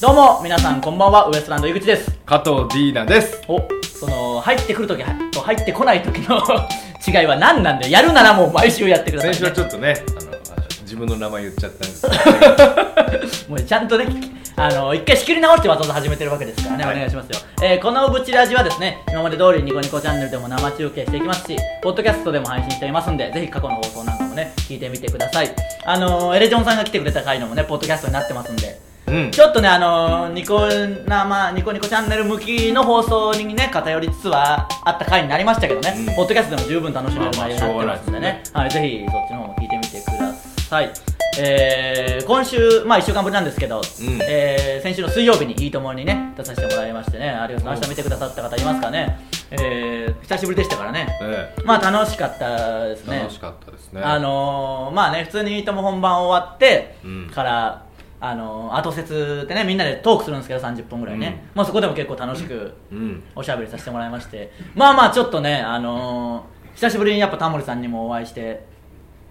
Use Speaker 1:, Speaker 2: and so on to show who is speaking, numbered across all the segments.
Speaker 1: どうも皆さんこんばんはウエストランド井口です
Speaker 2: 加藤 D ナです
Speaker 1: おその入ってくるときと入ってこないときの 違いは何なんだよやるならもう毎週やってください、
Speaker 2: 先
Speaker 1: ね、
Speaker 2: 週はちょっとねあの自分の名前言っちゃったん ですけど
Speaker 1: もうちゃんとね、あの一回仕切り直してわざわざ始めてるわけですからね、
Speaker 2: はい
Speaker 1: お願いしますよ、えーこのブチラジはですね、今まで通りニコニコチャンネルでも生中継していきますし、ポッドキャストでも配信していますんで、ぜひ過去の放送なんかもね、聞いてみてください。あのーエレジョンさんが来てくれた回のもね、ポッドキャストになってますんで、
Speaker 2: うん
Speaker 1: ちょっとね、あのーニコ生、ニコニコチャンネル向きの放送にね、偏りつつはあった回になりましたけどね、
Speaker 2: うん
Speaker 1: ポッドキャストでも十分楽しめる内容になってますんで
Speaker 2: まあまあしょうがない
Speaker 1: ね
Speaker 2: で、
Speaker 1: はい、ぜひそっちの方も聞いてみてください。えー、今週、まあ1週間ぶりなんですけど、
Speaker 2: ん
Speaker 1: えー先週の水曜日にいいともにね、出させてもらいましてね、ありがとうございました。見てくださった方いますかね、えー、久しぶりでしたからね、
Speaker 2: え
Speaker 1: まあ楽しかったです
Speaker 2: え
Speaker 1: ね。
Speaker 2: 楽しかったですね
Speaker 1: あのー、まあね普通に「いいとも」本番終わって
Speaker 2: うん
Speaker 1: から、あのー、後説ってねみんなでトークするんですけど30分ぐらいね、まあ、そこでも結構楽しく
Speaker 2: うん
Speaker 1: おしゃべりさせてもらいましてまあまあちょっとね、あのー、久しぶりにやっぱタモリさんにもお会いして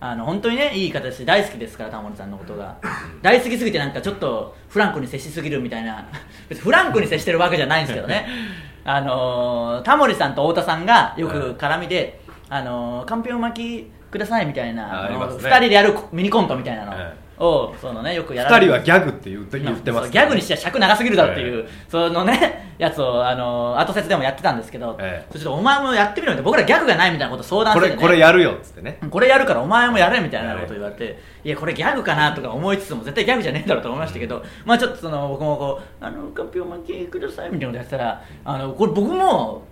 Speaker 1: あの本当にねいい形で大好きですからタモリさんのことが大好きすぎてなんかちょっとフランクに接しすぎるみたいな別にフランクに接してるわけじゃないんですけどねあのー、タモリさんと太田さんがよく絡みで、あのー、かんぴょん巻きくださいみたい
Speaker 2: あ
Speaker 1: な
Speaker 2: ありますね
Speaker 1: 2人でやるミニコントみたいな
Speaker 2: え
Speaker 1: のを、そのねよくやられて
Speaker 2: 二人はギャグって言って言ってま
Speaker 1: そ
Speaker 2: す
Speaker 1: うギ
Speaker 2: けど
Speaker 1: ャグにしては尺長すぎるだろっていう、そのねやつをあの後説でもやってたんですけど、
Speaker 2: ええ
Speaker 1: それちょっとお前もやってみろよって僕らギャグがないみたいなこと相談し
Speaker 2: こ
Speaker 1: て、
Speaker 2: れ
Speaker 1: ね、
Speaker 2: これやるよっつってね
Speaker 1: これやるからお前もやれみたいなこと言われて、いや、これギャグかなとか思いつつも、絶対ギャグじゃねえだろうと思いましたけど、まあちょっとその僕もこう、あの、かんぴょん巻きくださいみたいなことやってたら、あの、これ僕も、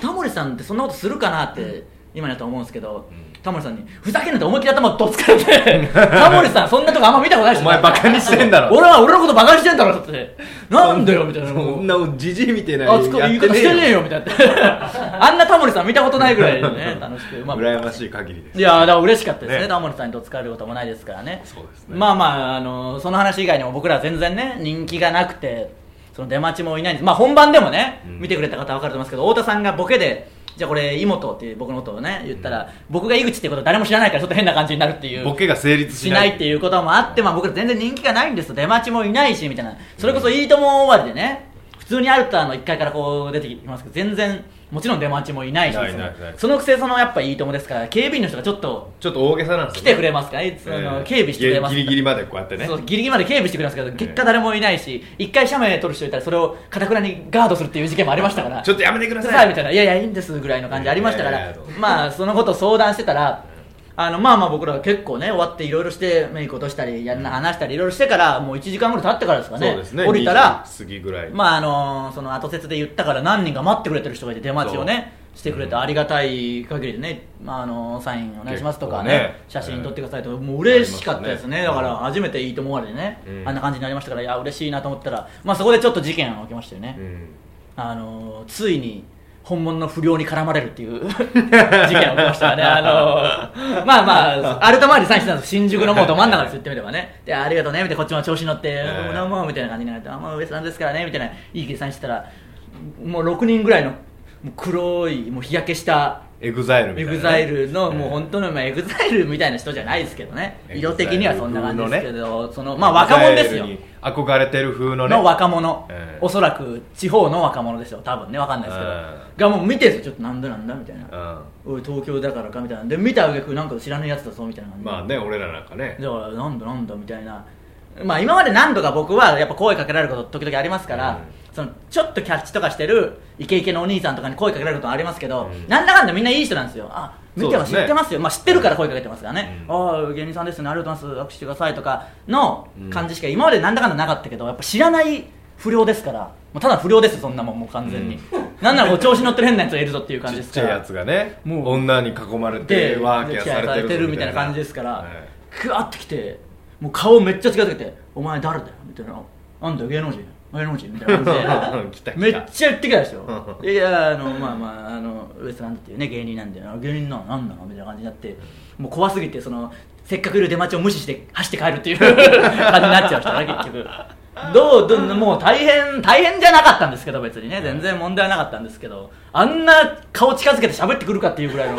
Speaker 1: タモリさんってそんなことするかなって、今だと思うんですけど、
Speaker 2: うん
Speaker 1: タモリさんに、ふざけんなって思いっきり頭どつかれて、 タモリさん、そんなとこあんま見たことないでしょ
Speaker 2: お前バカにしてんだろ
Speaker 1: 俺は俺のことバカにしてんだろって、なんだよみたいな。
Speaker 2: そんなじじいみたいな
Speaker 1: あつこ言い方してねえよみたい なあんなタモリさん見たことないぐらいでね楽しくまあ
Speaker 2: 羨ましい限りです
Speaker 1: いやーだから嬉しかったですね
Speaker 2: ね
Speaker 1: タモリさんにと使えることもないですからね
Speaker 2: そうですね
Speaker 1: まあまあ、あのーその話以外にも僕らは全然ね人気がなくてその出待ちもいないんですまあ本番でもね、
Speaker 2: うん
Speaker 1: 見てくれた方は分かると思いますけど太田さんがボケでじゃあこれ妹っていう僕のことをね言ったら、僕が井口ってこと誰も知らないからちょっと変な感じになるっていう
Speaker 2: ボケが成立
Speaker 1: し
Speaker 2: し
Speaker 1: な
Speaker 2: ない
Speaker 1: いっていうこともあって、まあ、僕ら全然人気がないんですと出待ちもいないしみたいなそれこそ「いいとも!」終わりでね普通にアルタの1階からこう出てきますけど全然もちろん出待ちもいないし
Speaker 2: ないないない
Speaker 1: そのくせそのやっぱ「いいとも!」ですから警備員の人がちょっと
Speaker 2: ちょっと大げさなんです
Speaker 1: 来
Speaker 2: よ
Speaker 1: てくれますから、ねその
Speaker 2: ええ
Speaker 1: 警備してくれます
Speaker 2: ギリギリまでこうやってね
Speaker 1: そうギリギリまで警備してくれますけど結果誰もいないし1回斜面取る人いたらそれをかたくなにガードするっていう事件もありましたから
Speaker 2: ちょっとやめてくだ
Speaker 1: さ
Speaker 2: さ
Speaker 1: あ
Speaker 2: い
Speaker 1: みたいな「いやいやいいんです」ぐらいの感じありましたか
Speaker 2: いやい
Speaker 1: ら
Speaker 2: やいや
Speaker 1: まあそのことを相談してたらあのまあまあ僕らは結構ね終わっていろいろしてメイク落としたりやんな話したりいろいろしてからもう1時間ぐらい経ってからですかね
Speaker 2: そうですね
Speaker 1: 降りたら
Speaker 2: 20過ぎぐらい
Speaker 1: まああのその後説で言ったから何人か待ってくれてる人がいて出待ちをねしてくれてありがたい限りでね、まあ、あのサインお願いしますとかね
Speaker 2: 結構
Speaker 1: 写
Speaker 2: ね
Speaker 1: 真撮ってくださいとかもう嬉しかったですね
Speaker 2: あり
Speaker 1: だ
Speaker 2: ますね
Speaker 1: から初めていいと思われてね、
Speaker 2: うん
Speaker 1: あんな感じになりましたからいや嬉しいなと思ったら、まあ、そこでちょっと事件が起きましたよね、
Speaker 2: うん
Speaker 1: あのーついに本物の不良に絡まれるっていう 事件が起きましたからね、あのーまあまあ、アルタ周りにサインしてたんです新宿のもうど真ん中です言ってみればね、でありがとうね、みたいな、こっちも調子に乗って、
Speaker 2: ええ
Speaker 1: どうもみたいな感じになって、あまあ、上さんですからね、みたいな、いい計算してたら、もう6人ぐらいのもう黒い、もう日焼けした
Speaker 2: エグザイルみた
Speaker 1: エ
Speaker 2: いな
Speaker 1: グザイルのもう本当のまあエグザイルみたいな人じゃないですけどね色的にはそんな感じですけど、そのまあ若者ですよ
Speaker 2: EXILE に憧れてる風のね
Speaker 1: の若者、
Speaker 2: ええ
Speaker 1: おそらく地方の若者でしょう多分ねわかんないですけど、がもう見てるんですよちょっとなんだなんだみたいな、
Speaker 2: う
Speaker 1: おい東京だからかみたいなで見た挙句なんか知らないやつだぞみたいな感じ
Speaker 2: ん
Speaker 1: で
Speaker 2: まあね俺らなんかね
Speaker 1: だからなんだなんだみたいなまあ今まで何度か僕はやっぱ声かけられること時々ありますから、
Speaker 2: う
Speaker 1: そのちょっとキャッチとかしてるイケイケのお兄さんとかに声かけられることありますけど、
Speaker 2: うん
Speaker 1: なんだかんだみんないい人なんですよあ見ては
Speaker 2: そ
Speaker 1: 知
Speaker 2: うですね
Speaker 1: ってますよ、まあ知ってるから声かけてますからね、
Speaker 2: うん
Speaker 1: ああ芸人さんですねありがとうございます握手してくださいとかの感じしか今までなんだかんだなかったけどやっぱ知らない不良ですからもうただ不良ですそんなもんもう完全に、
Speaker 2: うん
Speaker 1: なんならこう調子乗ってる変なやつがいるぞっていう感
Speaker 2: ち
Speaker 1: じ
Speaker 2: っ
Speaker 1: ですか
Speaker 2: ちゃい
Speaker 1: ら
Speaker 2: やつがね
Speaker 1: もう
Speaker 2: 女に囲まれ
Speaker 1: で
Speaker 2: てワーキャー
Speaker 1: ケア
Speaker 2: されてる
Speaker 1: みたいな感じですから、
Speaker 2: え
Speaker 1: グワッてきてもう顔めっちゃ近づけて「お前誰だよ」みたいな「なんだよ芸能人芸能人」みたいな感じで
Speaker 2: 来た来た
Speaker 1: めっちゃ言ってきたでしょ
Speaker 2: う
Speaker 1: いやあのまあまああのウエストランドっていうね芸人なんであ芸人なのなんなのみたいな感じになってもう怖すぎてそのせっかくいる出待ちを無視して走って帰るっていう 感じになっちゃいましたから結局どうどうもう大変大変じゃなかったんですけど別にね全然問題はなかったんですけどあんな顔近づけて喋ってくるかっていうぐらいの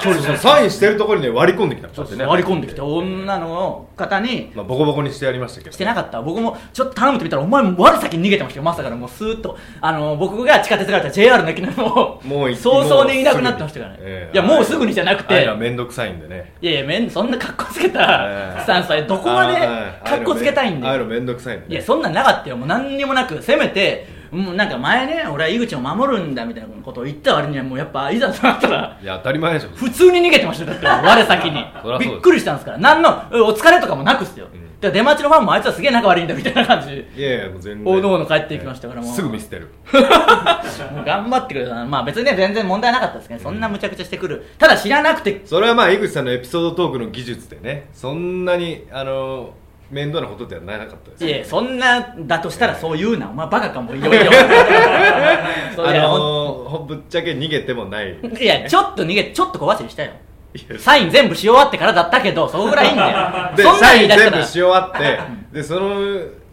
Speaker 1: 距離
Speaker 2: そのサインしてるところにね割り込んできた
Speaker 1: そうそう
Speaker 2: こうや
Speaker 1: 割
Speaker 2: っ
Speaker 1: り込んできて女の方に
Speaker 2: まあ、ボコボコにしてやりましたけど
Speaker 1: してなかった僕もちょっと頼むってみたらお前も悪先に逃げてましたよまさからもうスーッとあの僕が地下鉄から出た JR の駅のも
Speaker 2: もうい
Speaker 1: 早々にいなくなってましたからね、
Speaker 2: もうすぐにええ
Speaker 1: いやもうすぐにじゃなくて、
Speaker 2: ああいう
Speaker 1: い
Speaker 2: のは面倒くさいんでね
Speaker 1: やいやめんそんな格好つけ
Speaker 2: え
Speaker 1: た
Speaker 2: え
Speaker 1: スタンスはどこまで格好つけたいんで、
Speaker 2: ああうの面倒くさいんで
Speaker 1: い
Speaker 2: ね
Speaker 1: やそんなんなかったよもう何にもなくせめてもうなんか前ね俺は井口を守るんだみたいなことを言った割にはもうやっぱいざとなったら
Speaker 2: いや当たり前でしょ
Speaker 1: 普通に逃げてましたよだって我先に
Speaker 2: そりゃそうです
Speaker 1: びっくりしたんですから何のえお疲れとかもなくっすよ、
Speaker 2: ん
Speaker 1: だから出待ちのファンもあいつはすげえ仲悪いんだみたいな感じで
Speaker 2: いやいやもう全然
Speaker 1: おのおの帰っていきましたからもう
Speaker 2: すぐ見捨てる
Speaker 1: もう頑張ってくれたなまあ別にね全然問題なかったですけど、そんなむちゃくちゃしてくるただ知らなくて
Speaker 2: それはまあ井口さんのエピソードトークの技術でねそんなにあの面倒なことではなかったです
Speaker 1: いやそんなだとしたらそう言うなお前バカかもいよい よそ
Speaker 2: あ
Speaker 1: りゃ
Speaker 2: のほんぶっちゃけ逃げて もない
Speaker 1: いやちょっと逃げちょっと小走りしたよ
Speaker 2: や
Speaker 1: サイン全部し終わってからだったけどそこぐらいいいんだよ
Speaker 2: で
Speaker 1: そんなん
Speaker 2: サ
Speaker 1: 言
Speaker 2: イ
Speaker 1: い
Speaker 2: ン
Speaker 1: 出し
Speaker 2: 全
Speaker 1: た
Speaker 2: 部
Speaker 1: ら
Speaker 2: し終わ ってでその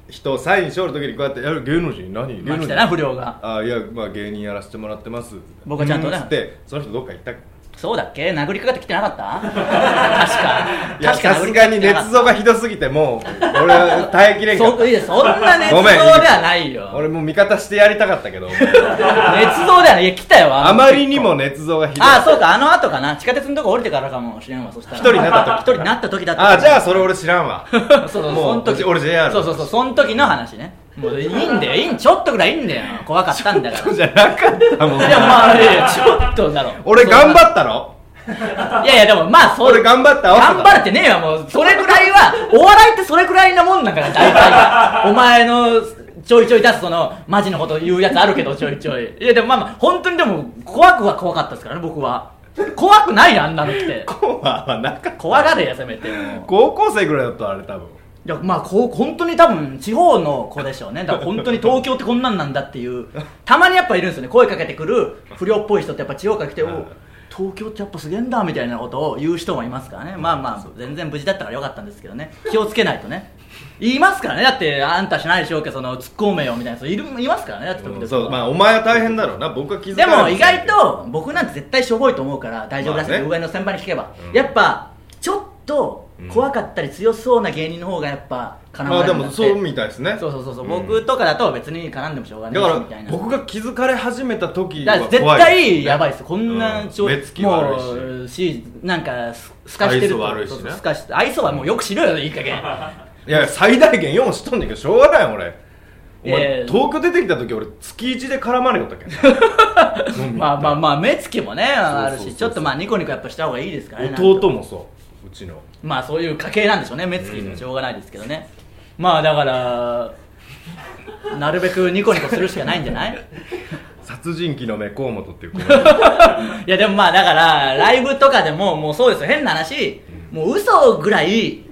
Speaker 2: 人サインしおる時にこうやって「やる芸能人何
Speaker 1: ま
Speaker 2: 芸
Speaker 1: あ
Speaker 2: 能
Speaker 1: 来
Speaker 2: 人
Speaker 1: たな不良が
Speaker 2: あいやまあ芸人やらせてもらってます
Speaker 1: 僕はちゃんとね
Speaker 2: うつってその人どっか行ったっけ
Speaker 1: そうだっけ殴りかかってきてなかった 確か
Speaker 2: いや
Speaker 1: 確か
Speaker 2: さすがに熱
Speaker 1: 像
Speaker 2: 像がひどすぎてもう俺は耐えきれんかっ
Speaker 1: そいやそんな熱
Speaker 2: た
Speaker 1: 像
Speaker 2: ご
Speaker 1: で
Speaker 2: めん
Speaker 1: はないよ
Speaker 2: 俺もう味方してやりたかっ たけど
Speaker 1: 熱造ではないいや来たよ
Speaker 2: あまりにも熱像がひどい
Speaker 1: ああそうかあの後かな地下鉄のとこ降りてからかもしれんわそしたら
Speaker 2: 一人になった時
Speaker 1: 一人になった時だった
Speaker 2: あじゃあそれ俺知らん わ
Speaker 1: そうそう
Speaker 2: もう
Speaker 1: その時
Speaker 2: 俺 JR
Speaker 1: そうそうそうその時の話ねもういいんだよいいんちょっとぐらいいいんだよ怖かったんだ から
Speaker 2: じゃなかったもん
Speaker 1: いやまあいやいやちょっとだろ
Speaker 2: 俺頑張ったの
Speaker 1: いやいやでもまあそう
Speaker 2: 俺頑張った
Speaker 1: 頑張れてねえわもうそれぐらいはお笑いってそれぐらいなもんなんから大体お前のちょいちょい出すそのマジのこと言うやつあるけどちょいちょいいやでもまあまあ本当にでも怖くは怖かったですからね僕は怖くないよあんなのって
Speaker 2: コアはなかった
Speaker 1: 怖がれやせめてもう
Speaker 2: 高校生ぐらいだったあれ多分
Speaker 1: いやまあこう本当に多分地方の子でしょうねだから本当に東京ってこんなんなんだって いうたまにやっぱいるんですよね声かけてくる不良っぽい人ってやっぱ地方から来て「
Speaker 2: はい
Speaker 1: お東京ってやっぱすげえんだ」みたいなことを言う人もいますからねまあまあ全然無事だったからよかったんですけどね気をつけないとね言いますからねだってあんたしないでしょうけどその突っ込めよみたいな人いるいますからねだって時々
Speaker 2: そうまあお前は大変だろうな僕は気づ
Speaker 1: で
Speaker 2: かな
Speaker 1: も
Speaker 2: い
Speaker 1: 意外と僕なんて絶対しょぼいと思うから大丈夫だし、
Speaker 2: まあね
Speaker 1: 上の先輩に聞けば、
Speaker 2: うん
Speaker 1: やっぱちょっと怖かったり強そうな芸人の方がやっぱ絡ま
Speaker 2: あ
Speaker 1: れる
Speaker 2: で
Speaker 1: んだ
Speaker 2: も
Speaker 1: って
Speaker 2: そうみたいですね
Speaker 1: そうそうそうそう、
Speaker 2: ん
Speaker 1: 僕とかだと別に絡んでもしょうが
Speaker 2: だ
Speaker 1: ないしみ
Speaker 2: か
Speaker 1: たい
Speaker 2: ら
Speaker 1: な
Speaker 2: 僕が気づかれ始めた時
Speaker 1: だ
Speaker 2: は
Speaker 1: から
Speaker 2: 怖い
Speaker 1: 絶対やばいですよこん
Speaker 2: う
Speaker 1: なんちょ
Speaker 2: 目つき
Speaker 1: も
Speaker 2: 悪
Speaker 1: うしなんかすすかしてると
Speaker 2: 愛想悪いし
Speaker 1: そ
Speaker 2: ね
Speaker 1: うそうすかして愛想はもうよく知るよいい加減
Speaker 2: いや最大限4しとんねんけどしょうがない俺お前、
Speaker 1: ええ
Speaker 2: 東京出てきた時俺月1で絡まれよったっけ
Speaker 1: まあまあまあ目つきもねある
Speaker 2: そうそうそうそ
Speaker 1: し
Speaker 2: う
Speaker 1: ちょっとまあニコニコやっぱした方がいいですからね
Speaker 2: 弟もそううちの
Speaker 1: まあそういう家系なんでしょうね目つきもしょうがないですけどね、まあだからなるべくニコニコするしかないんじゃない
Speaker 2: 殺人鬼の目河本っていう子
Speaker 1: いやでもまあだからライブとかでももうそうですよ変な話もう嘘ぐらい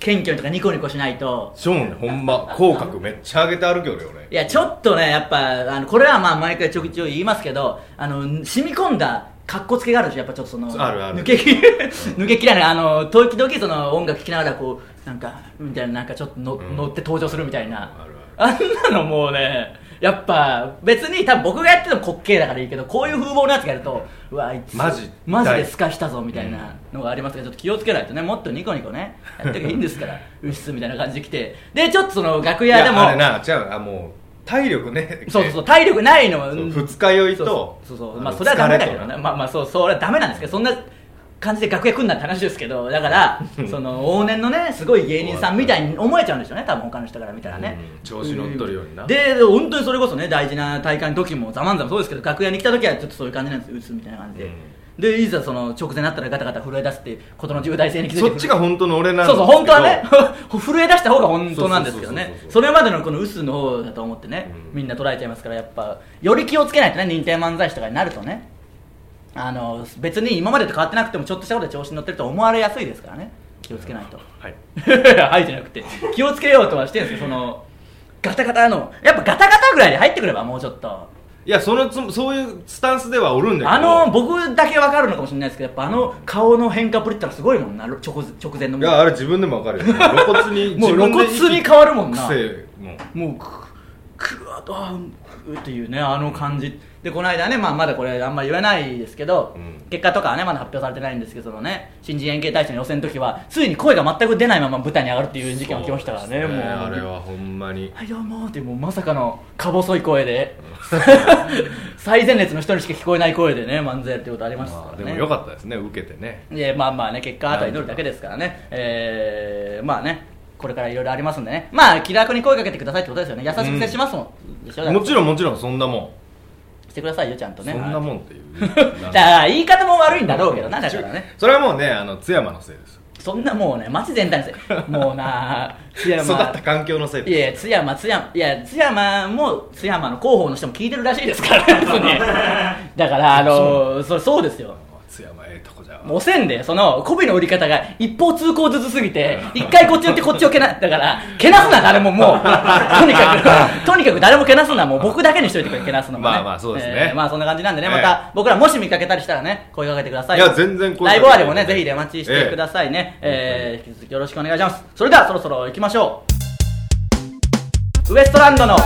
Speaker 1: 謙虚にとかニコニコしないと
Speaker 2: ショーンねほんま口角めっちゃ上げて歩けよ俺俺
Speaker 1: いやちょっとねやっぱあのこれはまあ毎回ちょくちょい言いますけどあの染み込んだ格好つけがあるでしょやっぱちょっとその
Speaker 2: あるある
Speaker 1: 抜けき 抜けきらないあの時々その音楽聴きながらこうなんかみたいななんかちょっとの、
Speaker 2: うん
Speaker 1: 乗って登場するみたいな
Speaker 2: ある
Speaker 1: あんなのもうねやっぱ別に多分僕がやってても滑稽だからいいけどこういう風貌のやつがやるとうわあいつ
Speaker 2: マジ
Speaker 1: マジでスカしたぞみたいなのがありますからちょっと気をつけないとねもっとニコニコねやってけばいいんですからうっすみたいな感じで来てでちょっとその楽屋でも
Speaker 2: あれな違うあもう体力ね
Speaker 1: そうそうそうう体力ないの
Speaker 2: そう
Speaker 1: うん
Speaker 2: 二日酔いと
Speaker 1: そうそうそうまあ
Speaker 2: あの
Speaker 1: それはダメだけど
Speaker 2: 疲れ
Speaker 1: ね
Speaker 2: とな
Speaker 1: まあまあそうそれはダメなんですけどそんな感じで楽屋来んなって話ですけどだからその往年のねすごい芸人さんみたいに思えちゃうんでしょうね多分他の人から見たらね、
Speaker 2: うん調子乗っとるようにな
Speaker 1: で本当にそれこそね大事な大会の時もざまんざまそうですけど楽屋に来た時はちょっとそういう感じなんです打つみたいな感じで、
Speaker 2: うん
Speaker 1: でいざその直前になったらガタガタ震え出すってことの重大性に気づいて
Speaker 2: そっちが本当の俺なん
Speaker 1: そうそう本当はね
Speaker 2: で
Speaker 1: 震え出した方が本当なんですけど
Speaker 2: そう
Speaker 1: ね
Speaker 2: そうそうそう
Speaker 1: それまでのこの薄の方だと思ってね、
Speaker 2: うん
Speaker 1: みんな捉えちゃいますからやっぱより気をつけないとね認定漫才師とかになるとねあの別に今までと変わってなくてもちょっとしたことで調子に乗ってると思われやすいですからね気をつけないと
Speaker 2: けどはい
Speaker 1: はいじゃなくて気をつけようとはしてるんですよそのガタガタのやっぱガタガタぐらいで入ってくればもうちょっと
Speaker 2: いやそのつもそういうスタンスではおるんだけど
Speaker 1: あの僕だけ分かるのかもしれないですけどやっぱあの顔の変化ぶりってのはすごいもんな直直前の
Speaker 2: いやあれ自分でもわかるよ露骨に
Speaker 1: もう
Speaker 2: 自分で
Speaker 1: 露骨に変わるもんな
Speaker 2: 癖も
Speaker 1: もうくくわああうっていうねあの感じでこの間ね、まあ、まだこれあんまり言えないですけど、
Speaker 2: うん
Speaker 1: 結果とかはねまだ発表されてないんですけどそのね新人演芸大賞の予選の時はついに声が全く出ないまま舞台に上がるっていう事件が起きましたからね
Speaker 2: そうです
Speaker 1: もう
Speaker 2: あれはほんまに
Speaker 1: はいどうもーってもうまさかのか細い声 で最前列の人にしか聞こえない声でね漫才やるってことありました
Speaker 2: ま
Speaker 1: か
Speaker 2: あ
Speaker 1: ら
Speaker 2: でも
Speaker 1: ね
Speaker 2: よかったですね受けてね
Speaker 1: でまあまあね結果あとは祈るだけですからねえー、まあねこれからいろいろありますんでねまあ気楽に声かけてくださいってことですよね優しく接しますもん、でしょだから
Speaker 2: もちろんもちろんそんなも
Speaker 1: してくださいよちゃんと
Speaker 2: ん、
Speaker 1: ね
Speaker 2: そんな
Speaker 1: はい
Speaker 2: もんっていう
Speaker 1: だから言い方も悪いんだろうけど なだからね
Speaker 2: それはもうねあの津山のせいです
Speaker 1: そんなもうね街全体のせいもう な津
Speaker 2: 育っ
Speaker 1: 山
Speaker 2: た環境のせい
Speaker 1: い
Speaker 2: です
Speaker 1: やいや津山津山いや津山も津山の広報の人も聞いてるらしいですから ね別にだからあのそそうですよ
Speaker 2: 津山ええとこじゃ
Speaker 1: もうせんでその媚びの売り方が一方通行ずつすぎて一回こっち寄ってこっちをけなだからけなすな誰も もうとにかくとにかく誰もけなすなもう僕だけにしといてくれけなすのも、ね、
Speaker 2: まあまあそうですね
Speaker 1: えーまあそんな感じなんでね
Speaker 2: ええ
Speaker 1: また僕らもし見かけたりしたらね声かけてください
Speaker 2: いや全然声かけて
Speaker 1: ライブ終わりもねぜひ出待ちしてくださいね、
Speaker 2: え
Speaker 1: えー引き続きよろしくお願いしますそれではそろそろ行きましょうウエストランドの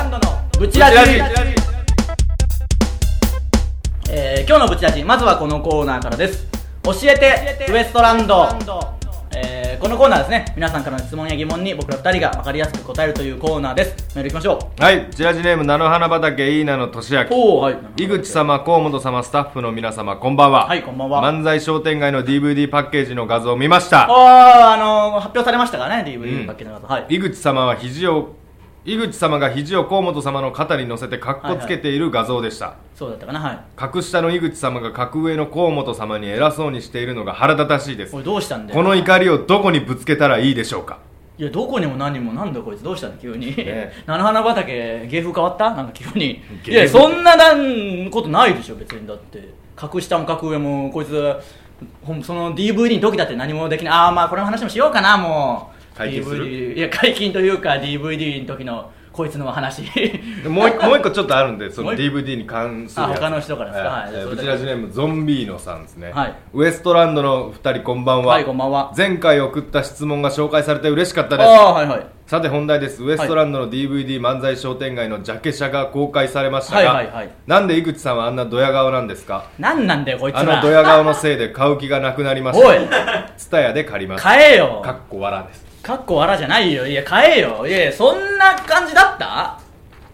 Speaker 1: ブチラジえー今日のブチラジまずはこのコーナーからです教えてウエストランドえーこのコーナーですね皆さんからの質問や疑問に僕ら2人が分かりやすく答えるというコーナーですメールいきましょう
Speaker 2: はいジラジネーム菜の花畑いいなのとしあき
Speaker 1: おおはい
Speaker 2: 井口様河本様スタッフの皆様こんばんは
Speaker 1: はいこんばんは
Speaker 2: 漫才商店街の DVD パッケージの画像を見ました
Speaker 1: ああーあのー発表されましたからね
Speaker 2: う
Speaker 1: DVD
Speaker 2: ん
Speaker 1: パッケージの方、はい
Speaker 2: 井口様は肘を井口様が肘を河本様の肩に乗せてカッコつけている画像でした、
Speaker 1: そうだったかなはい
Speaker 2: 格下の井口様が格上の河本様に偉そうにしているのが腹立たしいです
Speaker 1: これどうしたんだよ
Speaker 2: この怒りをどこにぶつけたらいいでしょうか
Speaker 1: いやどこにも何にもなんだこいつどうしたんだ急に、
Speaker 2: ね
Speaker 1: 菜の花畑芸風変わったなんか急にい
Speaker 2: 芸風
Speaker 1: やそんななんことないでしょ別にだって格下も格上もこいつほんその DVD の時だって何もできないああまあこれの話もしようかなもう
Speaker 2: 解禁する
Speaker 1: DVD いや解禁というか DVD の時のこいつの話
Speaker 2: でもう一 個もう一個ちょっとあるんでそ
Speaker 1: もう
Speaker 2: の
Speaker 1: 一
Speaker 2: DVD に関するやつ
Speaker 1: あ他の人からですかはい
Speaker 2: えー
Speaker 1: それ
Speaker 2: ブ
Speaker 1: だ
Speaker 2: チ
Speaker 1: け
Speaker 2: ラジネームゾンビーノさんですね、
Speaker 1: はい
Speaker 2: ウエストランドの2人こんばんは、
Speaker 1: はいこんばんは
Speaker 2: 前回送った質問が紹介されて嬉しかった
Speaker 1: あ
Speaker 2: です
Speaker 1: あはいはい
Speaker 2: さて本題ですウエストランドの DVD 漫才商店街のジャケ写が公開されましたが、
Speaker 1: はいはいはい
Speaker 2: なんで井口さんはあんなドヤ顔なんですか
Speaker 1: 何なんだよこいつ
Speaker 2: あ
Speaker 1: ら
Speaker 2: のドヤ顔のせいで 買う気がなくなりまし
Speaker 1: おい
Speaker 2: たツタヤで借りました
Speaker 1: 買えよ
Speaker 2: かっこわらです
Speaker 1: かっこわらじゃないよいや買えよいやいやそんな感じだった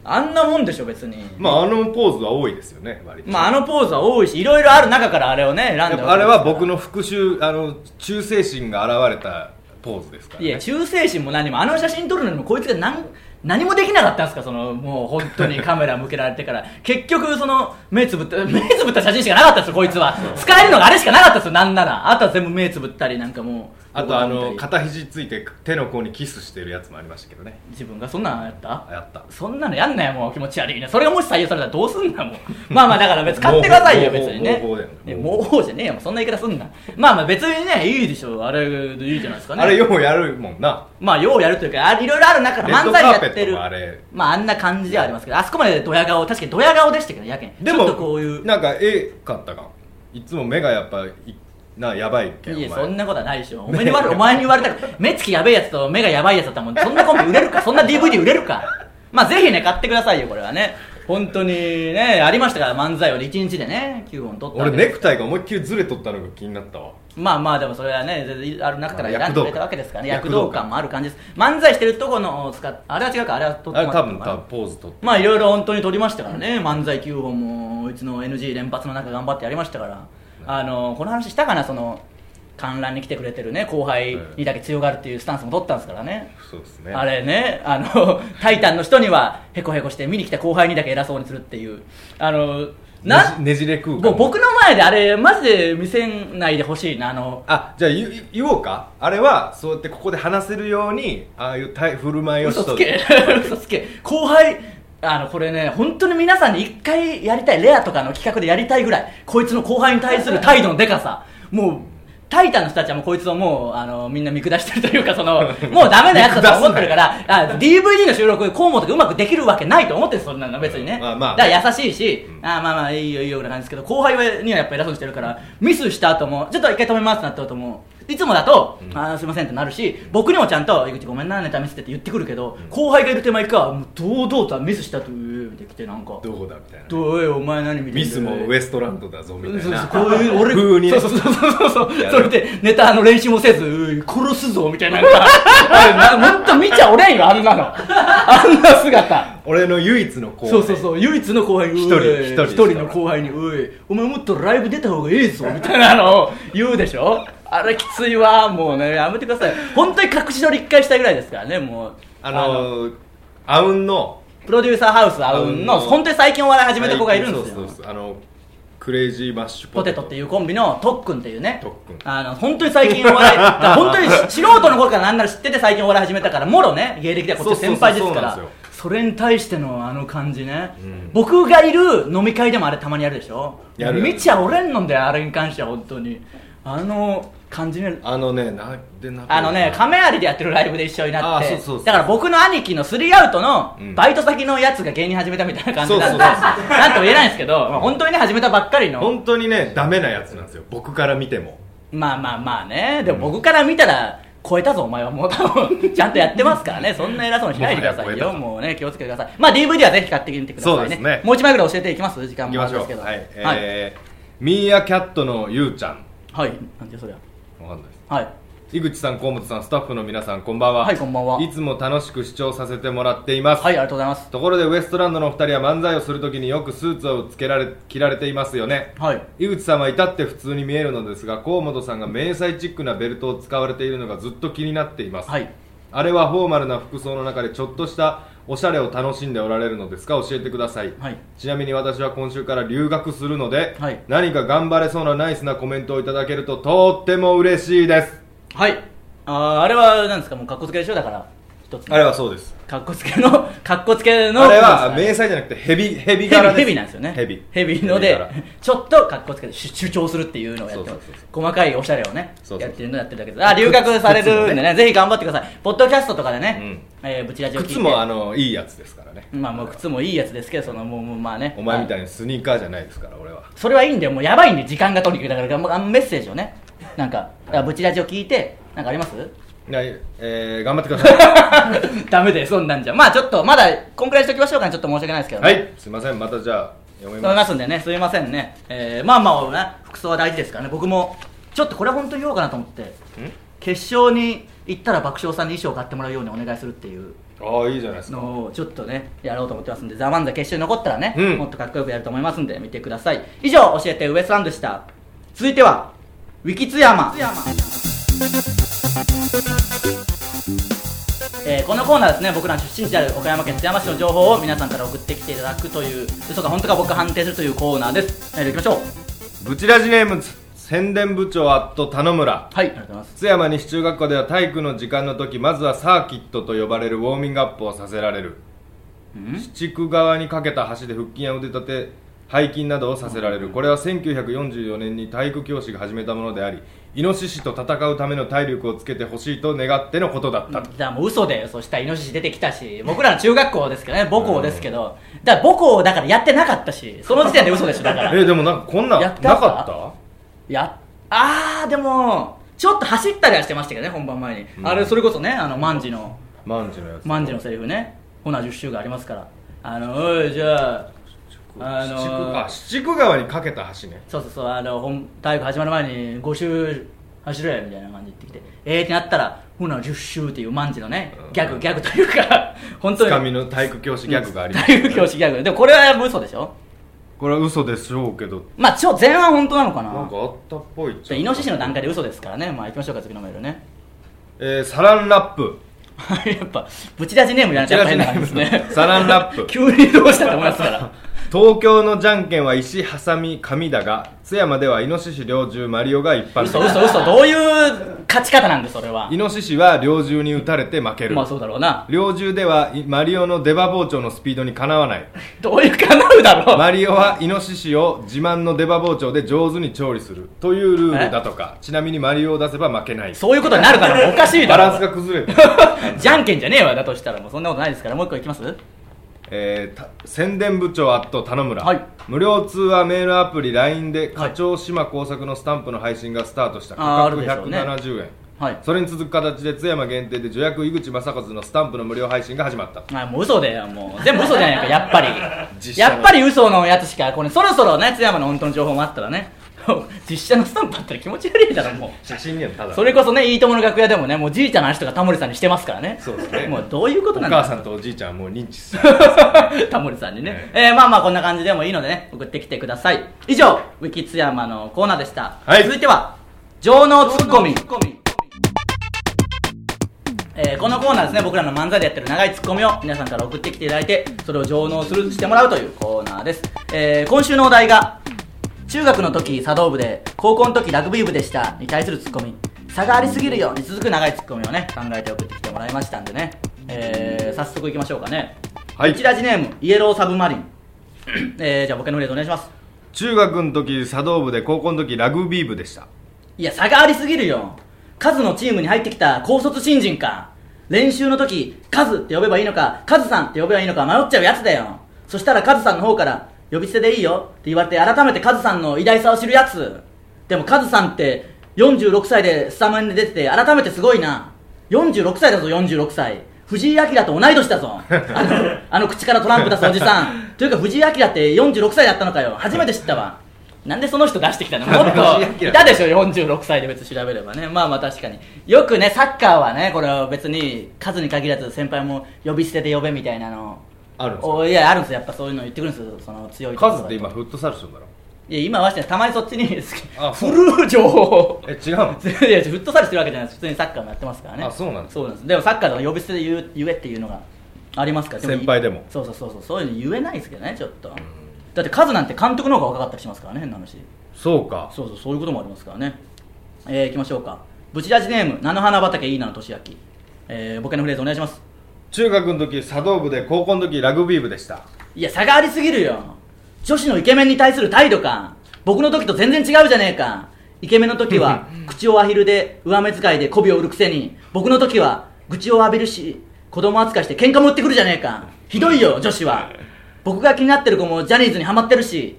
Speaker 1: あんなもんでしょ別に
Speaker 2: まああのポーズは多いですよね割と
Speaker 1: まあ、あのポーズは多いしいろいろある中からあれをね選んだわ
Speaker 2: や
Speaker 1: け
Speaker 2: っ
Speaker 1: です
Speaker 2: ぱあれは僕の復讐あの忠誠心が現れたポーズですから、
Speaker 1: い
Speaker 2: ね、
Speaker 1: や忠誠心も何もあの写真撮るのにもこいつが何何もできなかったんですかそのもう本当にカメラ向けられてから 結局その目つぶった 目つぶった写真しかなかったんですよこいつは使えるのがあれしかなかったんですよなんならあとは全部目つぶったりなんかもう
Speaker 2: あとあの
Speaker 1: 見たり
Speaker 2: 片肘ついて手の甲にキスしてるやつもありましたけどね
Speaker 1: 自分がそんなのやった
Speaker 2: やった
Speaker 1: そんなのやんなよもう気持ち悪いなそれがもし採用されたらどうすんな もうまあまあだから別に買ってくださいよ
Speaker 2: もう
Speaker 1: 別にね
Speaker 2: もうもうもうだよ
Speaker 1: ね
Speaker 2: もう
Speaker 1: もうじゃねえよそんな言い方すんなまあまあ別にねいいでしょうあれでいいじゃないですかね
Speaker 2: あれようやるもんな
Speaker 1: まあようやるというかあいろいろある中から漫才やって
Speaker 2: レッ
Speaker 1: る
Speaker 2: ドカーペットもあれ
Speaker 1: まああんな感じではありますけどあそこまでドヤ顔確かにドヤ顔でしたけどやけん
Speaker 2: で
Speaker 1: ちょっとこういう
Speaker 2: なんかええかったかいつも目がやっぱいなやばいけん
Speaker 1: いや
Speaker 2: お前
Speaker 1: そんなことはないでしょお前に 悪いお前に言われたく目つきやべえやつと目がやばいやつだったらもんそんなコンビ売れるかそんな DVD 売れるかまあぜひね買ってくださいよこれはね本当にねありましたから漫才をね1日でね9本取ったわけ
Speaker 2: 俺
Speaker 1: で
Speaker 2: ネクタイが思いっきりずれとったのが気になったわ
Speaker 1: まあまあでもそれはね全然ある中から選んでくれたわけですからね躍
Speaker 2: 躍
Speaker 1: 動
Speaker 2: 動感
Speaker 1: 感もある感じです漫才してるとこのを使っあれは違うかあれは撮って
Speaker 2: あれ
Speaker 1: も
Speaker 2: 多
Speaker 1: らった
Speaker 2: 分
Speaker 1: のか
Speaker 2: 多
Speaker 1: な
Speaker 2: 分ポーズとって
Speaker 1: まあいろいろ本当に撮りましたからね漫才9本もうちの NG 連発の中頑張ってやりましたからあのこの話したかなその観覧に来てくれてるね後輩にだけ強がるっていうスタンスも取ったんですからね
Speaker 2: そうですね
Speaker 1: あれねあの「タイタン」の人にはへこへこして見に来た後輩にだけ偉そうにするっていうあのな
Speaker 2: ねじねじれ空
Speaker 1: ぼ
Speaker 2: 間
Speaker 1: 僕の前であれマジで見せないでほしいなあの
Speaker 2: あじゃあ言う言おうかあれはそうやってここで話せるようにああいう態振る舞いを
Speaker 1: 嘘
Speaker 2: しと
Speaker 1: つけ嘘つけ後輩あのこれね本当に皆さんに一回やりたいレアとかの企画でやりたいぐらいこいつの後輩に対する態度のでかさもうタイタンの人たちはもうこいつをもうあのみんな見下してるというかそ のもうダメなやつだと思ってるからあ DVD の収録河本がうまくできるわけないと思ってるそんなの別にね、
Speaker 2: まあまあ
Speaker 1: だから優しいし、
Speaker 2: うん
Speaker 1: あーまあまあいいよいいよぐらいなんですけど後輩にはやっぱ偉そうにしてるからミスした後もちょっと一回止めますってなった後もいつもだと、
Speaker 2: うん
Speaker 1: あーすいませんってなるし僕にもちゃんと「井口ごめんなネタミスって」って言ってくるけど、
Speaker 2: うん
Speaker 1: 後輩がいる手前かもう堂々とミスしたというできてなんか
Speaker 2: どこだみたいなね、
Speaker 1: どうよお前何見てんだよ
Speaker 2: ミスもウエストランドだぞみたい
Speaker 1: そうそ
Speaker 2: な
Speaker 1: うこういう俺
Speaker 2: 風にね
Speaker 1: そうそうそうそうそう
Speaker 2: や
Speaker 1: そ
Speaker 2: る
Speaker 1: れでネタの練習もせずうー殺すぞみたいな のがあれなもっと見ちゃおれんよあんなのあんな姿
Speaker 2: 俺の唯一の後輩
Speaker 1: そうそうそう唯一の後輩うー
Speaker 2: 一人一人
Speaker 1: 一人の後輩に「おいお前もっとライブ出た方がええぞ」みたいなの を言うでしょあれきついわもうねやめてください本当に隠し撮り1回したいぐらいですからねもう
Speaker 2: あのー、あうんの
Speaker 1: プロデューサーハウスあうんの
Speaker 2: あうんの
Speaker 1: 本当に最近お笑い始めた子がいるんですよ
Speaker 2: そうそうそうあのクレイジーマッシュ
Speaker 1: ポ
Speaker 2: ポ
Speaker 1: テ
Speaker 2: テ
Speaker 1: ト
Speaker 2: ト
Speaker 1: っていうコンビのとっくんっていうね
Speaker 2: とっくん
Speaker 1: あの本当に最近お笑い 本当に素人の頃から何なら知ってて最近お笑い始めたからもろね芸歴ではこっち先輩ですから
Speaker 2: そうそうそうそうなんで
Speaker 1: それに対してのあの感じね、
Speaker 2: うん
Speaker 1: 僕がいる飲み会でもあれたまにやるでしょ
Speaker 2: やる
Speaker 1: 見ちゃおれんのんだよあれに関しては本当にあの感じね
Speaker 2: あのねなでな
Speaker 1: あのね、亀有でやってるライブで一緒になって
Speaker 2: あそうそうそう
Speaker 1: だから僕の兄貴のスリーアウトの
Speaker 2: うん
Speaker 1: バイト先のやつが芸人始めたみたいな感じなんで
Speaker 2: そうそうそう
Speaker 1: なんとも言えないんですけど、まあ本当にね始めたばっかりの
Speaker 2: 本当にねダメなやつなんですよ僕から見ても
Speaker 1: まあまあまあねでも僕から見たら超えたぞお前はもう多 分ちゃんとやってますからねそんな偉そうにしないでくださいよ
Speaker 2: もはや超えた
Speaker 1: もうね気をつけてくださいまあ DVD はぜひ買ってきてくださ
Speaker 2: そ
Speaker 1: いうね
Speaker 2: ですね
Speaker 1: もう一枚ぐらい教えていきます時間
Speaker 2: い
Speaker 1: も
Speaker 2: き
Speaker 1: あれ
Speaker 2: まし
Speaker 1: で
Speaker 2: ょ
Speaker 1: すけ
Speaker 2: う
Speaker 1: ど
Speaker 2: はい、
Speaker 1: はい、
Speaker 2: えー、ミーアキャットのゆうちゃん
Speaker 1: はいなんでそれは
Speaker 2: わかんないです
Speaker 1: はい
Speaker 2: 井口さん河本さんスタッフの皆さんこんばんは
Speaker 1: はいこんばんはい
Speaker 2: つも楽しく視聴させてもらっています、
Speaker 1: はいありがとうございます
Speaker 2: ところでウエストランドのお二人は漫才をするときによくスーツをつけられ着られていますよね
Speaker 1: はい
Speaker 2: 井口さんは至って普通に見えるのですが河本さんが迷彩チックなベルトを使われているのがずっと気になっています、
Speaker 1: はい
Speaker 2: あれはフォーマルな服装の中でちょっとしたおしゃれを楽しんでおられるのですか教えてください、
Speaker 1: はい
Speaker 2: ちなみに私は今週から留学するので、
Speaker 1: はい
Speaker 2: 何か頑張れそうなナイスなコメントをいただけるととっても嬉しいです
Speaker 1: はいあーあれは何ですかもう格好つけでしょだから一つの
Speaker 2: あれはそうです
Speaker 1: 格好つけの格好つけの
Speaker 2: あれは
Speaker 1: ヘビ
Speaker 2: 迷彩じゃなくてヘビヘビ柄です
Speaker 1: ヘビなんですよね
Speaker 2: ヘビ
Speaker 1: ヘビの
Speaker 2: ヘ
Speaker 1: で
Speaker 2: 柄
Speaker 1: ちょっと格好つけて主主張するっていうのをやってます
Speaker 2: そうそう
Speaker 1: 細かいおしゃれをね
Speaker 2: そうそう
Speaker 1: やってるのやってるだけですあ留学されるんでねぜひ頑張ってくださいポッドキャストとかでね、えーブチラジを聞いて
Speaker 2: 靴もあのいいやつですからね
Speaker 1: まあもう靴もいいやつですけどそのもうもうまあね
Speaker 2: お前みた
Speaker 1: はい
Speaker 2: にスニーカーじゃないですから俺は
Speaker 1: それはいいんだよもうやばいんで時間がとにかくだから頑張あのメッセージをねなんかあブチラジを聞いてなんかあります
Speaker 2: ないえー頑張ってください
Speaker 1: ダメだよそんなんじゃまあちょっとまだこんくらいにしておきましょうかねちょっと申し訳ないです けどね
Speaker 2: はいすいませんまたじゃあ読み
Speaker 1: 飲み
Speaker 2: ま
Speaker 1: ますすんでねすみませんね、えーまあまあ、ね、服装は大事ですからね僕もちょっとこれは本当に言おうかなと思って決勝に行ったら爆笑さんに衣装を買ってもらうようにお願いするっていうん
Speaker 2: ああいいじゃないですか
Speaker 1: のをちょっとねやろうと思ってますんで「ザ・マンザ」決勝に残ったらね、
Speaker 2: うん
Speaker 1: もっとかっこよくやると思いますんで見てください以上教えてウエストランドでした続いてはウィキツヤマえーこのコーナーですね僕らの出身地である岡山県津山市の情報を皆さんから送ってきていただくという嘘か本当か僕が判定するというコーナーですメールいきましょう
Speaker 2: ブチラジネーム宣伝部長アット田野村
Speaker 1: はいありがとうございます
Speaker 2: 津山西中学校では体育の時間の時まずはサーキットと呼ばれるウォーミングアップをさせられる
Speaker 1: うん
Speaker 2: 七区側にかけた橋で腹筋や腕立て背筋などをさせられるこれは1944年に体育教師が始めたものでありイノシシと戦うための体力をつけてほしいと願ってのことだった
Speaker 1: だか
Speaker 2: と、
Speaker 1: らもう嘘だよそしたらイノシシ出てきたし僕らの中学校ですからね母校ですけどだから母校だからやってなかったしその時点で嘘でしょだから
Speaker 2: えでもなんかこんなん
Speaker 1: や
Speaker 2: な
Speaker 1: ってました
Speaker 2: か
Speaker 1: やあーでもちょっと走ったりはしてましたけどね本番前に、
Speaker 2: うん
Speaker 1: あれそれこそねあの万事の
Speaker 2: った万事のやつ
Speaker 1: 万事のセリフねほな10周がありますからあのおいじゃああの
Speaker 2: 七区あ七区川にかけた橋ね
Speaker 1: そうそうそうあの本体育始まる前に5周走れみたいな感じで言ってきてえーってなったらほな10周っていう万事のね
Speaker 2: うん
Speaker 1: ギャグギャグというか 本当
Speaker 2: つ
Speaker 1: に
Speaker 2: かみの体育教師ギャグがあります
Speaker 1: 体育教師ギャグでもこれは嘘でしょ
Speaker 2: これは嘘でしょうけど
Speaker 1: まあちょ前半本当なのかな
Speaker 2: なんかあったっぽいっち
Speaker 1: じ
Speaker 2: ゃ
Speaker 1: ゃあイノシシの段階で嘘ですからねまあ行きましょうか次のメールね
Speaker 2: えー、サランラップ
Speaker 1: はいやっぱブチラジネームやらなきゃ変なんですね
Speaker 2: サランラップ
Speaker 1: 急にどうしたと思いますから
Speaker 2: 東京のじゃんけんは石ハサミ紙だが津山ではイノシシ猟銃マリオが一般
Speaker 1: 嘘
Speaker 2: 的
Speaker 1: 嘘嘘どういう勝ち方なんでそれは
Speaker 2: イノシシは猟銃に撃たれて負ける
Speaker 1: まあそうだろうな
Speaker 2: 猟銃ではいマリオのデバ包丁のスピードにかなわない
Speaker 1: どういうかなうだろう、
Speaker 2: マリオはイノシシを自慢のデバ包丁で上手に調理するというルールだとかちなみにマリオを出せば負けない
Speaker 1: そういうことになるだろうおかしいだ
Speaker 2: バ
Speaker 1: ろ
Speaker 2: ランスが崩れてる
Speaker 1: じゃんけんじゃねえわだとしたらもうそんなことないですからもう一個いきます
Speaker 2: ええーた宣伝部長アット田野村、
Speaker 1: はい
Speaker 2: 無料通話メールアプリ LINE で
Speaker 1: はい
Speaker 2: 課長島工作のスタンプの配信がスタートした
Speaker 1: あー
Speaker 2: 価
Speaker 1: あるで
Speaker 2: 格
Speaker 1: しょうね
Speaker 2: 170円、
Speaker 1: はい
Speaker 2: それに続く形で津山限定で助役井口正和のスタンプの無料配信が始まった
Speaker 1: あもう嘘だよもう全部嘘じゃないかやっぱり
Speaker 3: 実写の
Speaker 1: やっぱり嘘のやつしかこれそろそろね津山の本当の情報もあったらね 実写のスタンプあったら気持ち悪いだろも
Speaker 2: 写真にはた
Speaker 1: う
Speaker 2: だ
Speaker 1: それこそねいいともの楽屋でもねもうじいちゃんの話とかタモリさんにしてますからね
Speaker 2: そうですね
Speaker 1: もうどういうこと
Speaker 2: お
Speaker 1: なんだ
Speaker 2: 母さんとおじいちゃんはもう認知する
Speaker 1: タモリさんにね、えーまあまあこんな感じでもいいのでね送ってきてください以上ウィキ津山のコーナーでした、
Speaker 2: はい
Speaker 1: 続いては情能ツッコミえーこのコーナーですね僕らの漫才でやってる長いツッコミを皆さんから送ってきていただいてそれを情能するしてもらうというコーナーです、えー今週のお題が中学の時茶道部で高校の時ラグビー部でしたに対するツッコミ差がありすぎるよに続く長いツッコミをね考えて送ってきてもらいましたんでね、えー早速いきましょうかね
Speaker 2: はい
Speaker 1: 一ラジネームイエローサブマリンえー、じゃあボケのフレーズお願いします
Speaker 2: 中学の時茶道部で高校の時ラグビー部でした
Speaker 1: いや差がありすぎるよカズのチームに入ってきた高卒新人か練習の時カズって呼べばいいのかカズさんって呼べばいいのか迷っちゃうやつだよそしたらカズさんの方から呼び捨てでいいよって言われて改めてカズさんの偉大さを知るやつでもカズさんって46歳でスタメンで出てて改めてすごいな46歳だぞ46歳藤井明と同い年だぞあのあの口からトランプ出すおじさんというか藤井明って46歳だったのかよ初めて知ったわなんでその人出してきたのもっといたでしょ46歳で別に調べればねまあまあ確かによくねサッカーはねこれは別に数に限らず先輩も呼び捨てで呼べみたいなの
Speaker 2: あるんですか
Speaker 1: おいやあるんですよやっぱそういうの言ってくるんですよその強い
Speaker 2: カズって今
Speaker 1: い
Speaker 2: フットサルするんだろ
Speaker 1: や今はしてないたまにそっちに
Speaker 2: あそう
Speaker 1: 古い情報
Speaker 2: え違
Speaker 1: い
Speaker 2: うの
Speaker 1: やフットサルしてるわけじゃないです普通にサッカーもやってますからね
Speaker 2: あそうなんです
Speaker 1: そうなんですでもサッカーでは呼び捨てで言う言えっていうのがありますから
Speaker 2: 先輩でも
Speaker 1: そうそうそうそうそういうの言えないですけどねちょっと、だってカズなんて監督の方が若かったりしますからね変な話
Speaker 2: そうか
Speaker 1: そうそうそういうこともありますからねえー、いきましょうかブチラジネーム菜の花畑いいなのとしあきえー、ボケのフレーズお願いします
Speaker 2: 中学の時茶道部で高校の時ラグビー部でした
Speaker 1: いや差がありすぎるよ女子のイケメンに対する態度か僕の時と全然違うじゃねえかイケメンの時は口をアヒルで上目遣いで媚びを売るくせに僕の時は愚痴を浴びるし子供扱いして喧嘩も売ってくるじゃねえかひどいよ女子は僕が気になってる子もジャニーズにハマってるし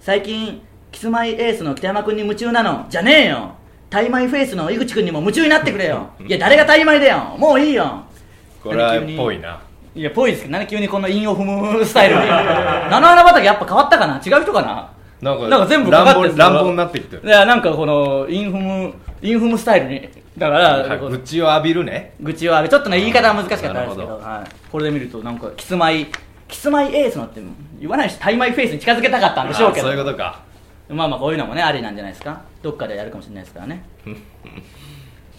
Speaker 1: 最近キスマイエースの北山君に夢中なのじゃねえよタイマイフェイスの井口君にも夢中になってくれよいや誰がタイマイだよもういいよ
Speaker 2: これは
Speaker 1: 急に
Speaker 2: ぽいない
Speaker 1: や、ぽいですけど、何急にこの韻を踏むスタイ ルに。七花畑やっぱ変わったかな違う人かな
Speaker 2: なんか
Speaker 1: なんか全部かかってる
Speaker 2: 乱暴乱暴になってきてる
Speaker 1: いや、なんかこの、韻踏む、韻踏むスタイルに。だから、こう
Speaker 2: 愚痴を浴びるね
Speaker 1: 愚痴はある。ちょっとね、言い方は難しかったんですけ
Speaker 2: なる
Speaker 1: ど、
Speaker 2: ほ
Speaker 1: はいこれで見ると、なんか、キスマイ、キスマイエースのって言わないし、タイマイフェイスに近づけたかったんでしょうけど。
Speaker 2: あそういうことか
Speaker 1: まあまあこういうのもねありなんじゃないですかどっかでやるかもしれないですから ね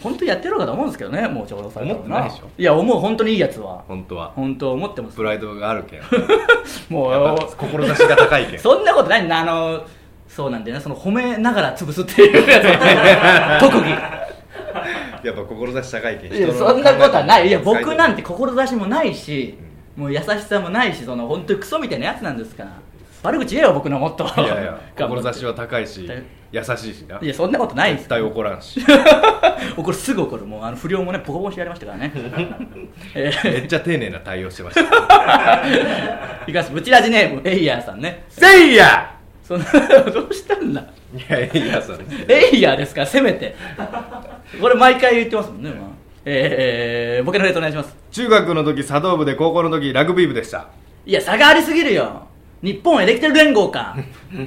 Speaker 1: 本当にやってるのかと思うんですけどねもうちょうどされたら
Speaker 2: 思ってないでしょ
Speaker 1: いや思う本当にいいやつは
Speaker 2: 本当は
Speaker 1: 本当思ってます
Speaker 2: プライドがあるけん
Speaker 1: もう
Speaker 2: 志が高いけん
Speaker 1: そんなことないあのそうなんだよねその褒めながら潰すっていうやつ特技
Speaker 2: やっぱ志高いけん
Speaker 1: いやそんなことはないいや僕なんて志もないし、もう優しさもないしその本当にクソみたいなやつなんですから悪口言えよ僕のもっと
Speaker 2: いやいや
Speaker 1: 頑張って
Speaker 2: 志は高いし優しいしない
Speaker 1: やそんなことないです
Speaker 2: 絶対怒らんし
Speaker 1: 怒るすぐ怒るもうあの不良もねポコポコしてやりました からね、え
Speaker 2: め
Speaker 1: ー
Speaker 2: っちゃ丁寧な対応してました
Speaker 1: いきますブチラジネームエイヤーさんね
Speaker 2: せいや
Speaker 1: その どうしたんだ
Speaker 2: いやいやさん
Speaker 1: エイヤーですからせめてこれ毎回言ってますもんね、まあえーえーボケのレートお願いします
Speaker 2: 中学の時茶道部で高校の時ラグビー部でした
Speaker 1: いや差がありすぎるよ日本エレキテル連合か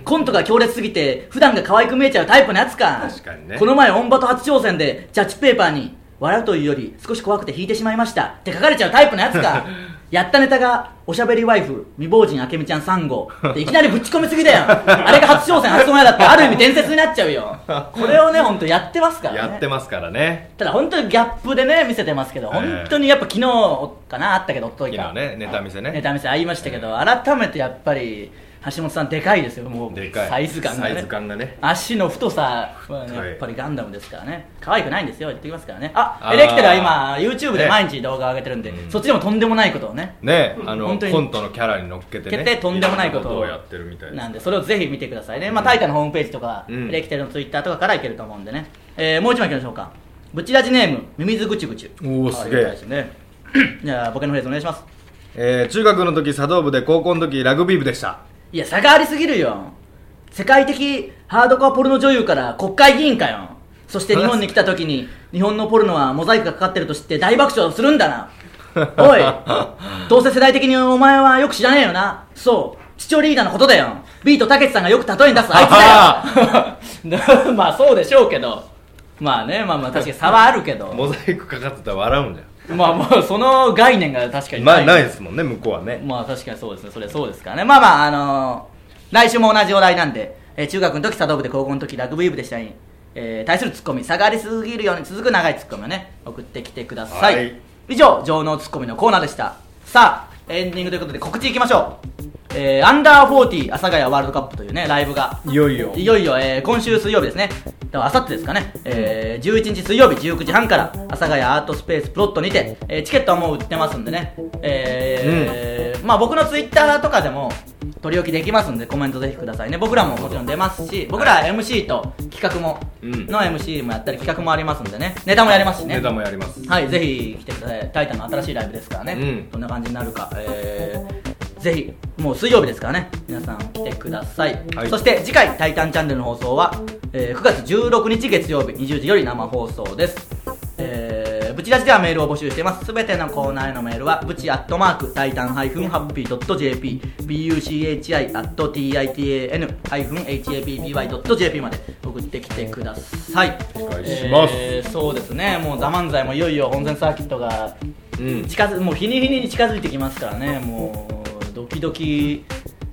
Speaker 1: コントが強烈すぎて普段が可愛く見えちゃうタイプのやつか
Speaker 2: 確かにね
Speaker 1: この前オンバト初挑戦でジャッジペーパーに「笑うというより少し怖くて引いてしまいました」って書かれちゃうタイプのやつ かやったネタが「おしゃべりワイフ未亡人あけみちゃん3号」っていきなりぶち込みすぎだよあれが初挑戦初親だってある意味伝説になっちゃうよこれをね本当やってますからね
Speaker 2: やってますからね
Speaker 1: ただ本当にギャップでね見せてますけど
Speaker 2: ええ
Speaker 1: 本当にやっぱ昨日かなあったけどおとといか
Speaker 2: 昨日ねネタ見せね
Speaker 1: ネタ見せありましたけど、改めてやっぱり橋本さんでかいですよもう
Speaker 2: でかい
Speaker 1: サイズ感がね
Speaker 2: サイズ感がね
Speaker 1: 足の太さはね
Speaker 2: 太い
Speaker 1: やっぱりガンダムですからね可愛くないんですよ言ってきますからねあ
Speaker 2: あー
Speaker 1: エレキテルは今 YouTube で
Speaker 2: ね
Speaker 1: 毎日動画上げてるんで、
Speaker 2: うん
Speaker 1: そっちでもとんでもないことをね
Speaker 2: ねあのコ
Speaker 1: 本当に
Speaker 2: ントのキャラに乗っけてね
Speaker 1: 決定とんでもないこと
Speaker 2: ろん
Speaker 1: を
Speaker 2: なやってるみたいで
Speaker 1: な
Speaker 2: す
Speaker 1: んでそれをぜひ見てくださいね、まあ、タイタのホームページとか、
Speaker 2: うん
Speaker 1: レキテルのツイッターとかからいけると思うんでね、えーもう一枚いきましょうかブチラジネームミミズグチグチ
Speaker 2: おー
Speaker 1: あ
Speaker 2: すげ え
Speaker 1: りがたいですねじゃあボケのフレーズお願いします
Speaker 2: えー中学の時茶道部で高校の時ラグビー部でした
Speaker 1: いや差がありすぎるよ世界的ハードコアポルノ女優から国会議員かよそして日本に来た時に日本のポルノはモザイクがかかってると知って大爆笑するんだなおいどうせ世代的にお前はよく知らねえよなそう父親リーダーのことだよビートたけしさんがよく例えに出すあいつ だよまあそうでしょうけどまあねまあまあ確かに差はあるけど
Speaker 2: モザイクかかってたら笑うんじゃ
Speaker 1: まあもうその概念が確か
Speaker 2: ん
Speaker 1: に
Speaker 2: まあないですもんね向こうはね
Speaker 1: まあ確かにそうですね、それそうですからね、まあまあ、あのー来週も同じお題なんで、えー中学の時茶道部で高校の時ラグビー部でしたに、えー対するツッコミ、下がりすぎるように続く長いツッコミをね、送ってきてください。
Speaker 2: はい
Speaker 1: 以上、情能ツッコミのコーナーでした。さあ、エンディングということで告知いきましょう。えー、アンダー40阿佐ヶ谷ワールドカップというね、ライブが
Speaker 2: いよいよ
Speaker 1: いよいよ、えー今週水曜日ですね。だからあさってですかね。えー11日水曜日19時半から、阿佐ヶ谷アートスペースプロットにて、えーチケットはもう売ってますんでね。えーまあ僕のツイッターとかでも取り置きできますんで、コメントぜひくださいね。僕らももちろん出ますし、僕ら MC と企画も、
Speaker 2: うん
Speaker 1: の MC もやったり企画もありますんでね。ネタもやりますしね。
Speaker 2: ネタもやります
Speaker 1: はい、ぜひ来てください。タイタンの新しいライブですからね。
Speaker 2: うん
Speaker 1: どんな感じになるか。えーぜひ、もう水曜日ですからね。皆さん来てください。
Speaker 2: はい
Speaker 1: そして次回、タイタンチャンネルの放送は、えー9月16日月曜日20時より生放送です。えーぶち出しではメールを募集しています。すべてのコーナーへのメールは、ぶちアットマーク、タイタンハイフンハッピードット JP、buchi アット titan ハイフン happy ドット JP まで送ってきてください。
Speaker 2: お願いします
Speaker 1: えーそうですね、もう「ザ漫才もいよいよ本戦サーキットが
Speaker 2: うん
Speaker 1: 近づもう日に日に近づいてきますからね、もうドキドキ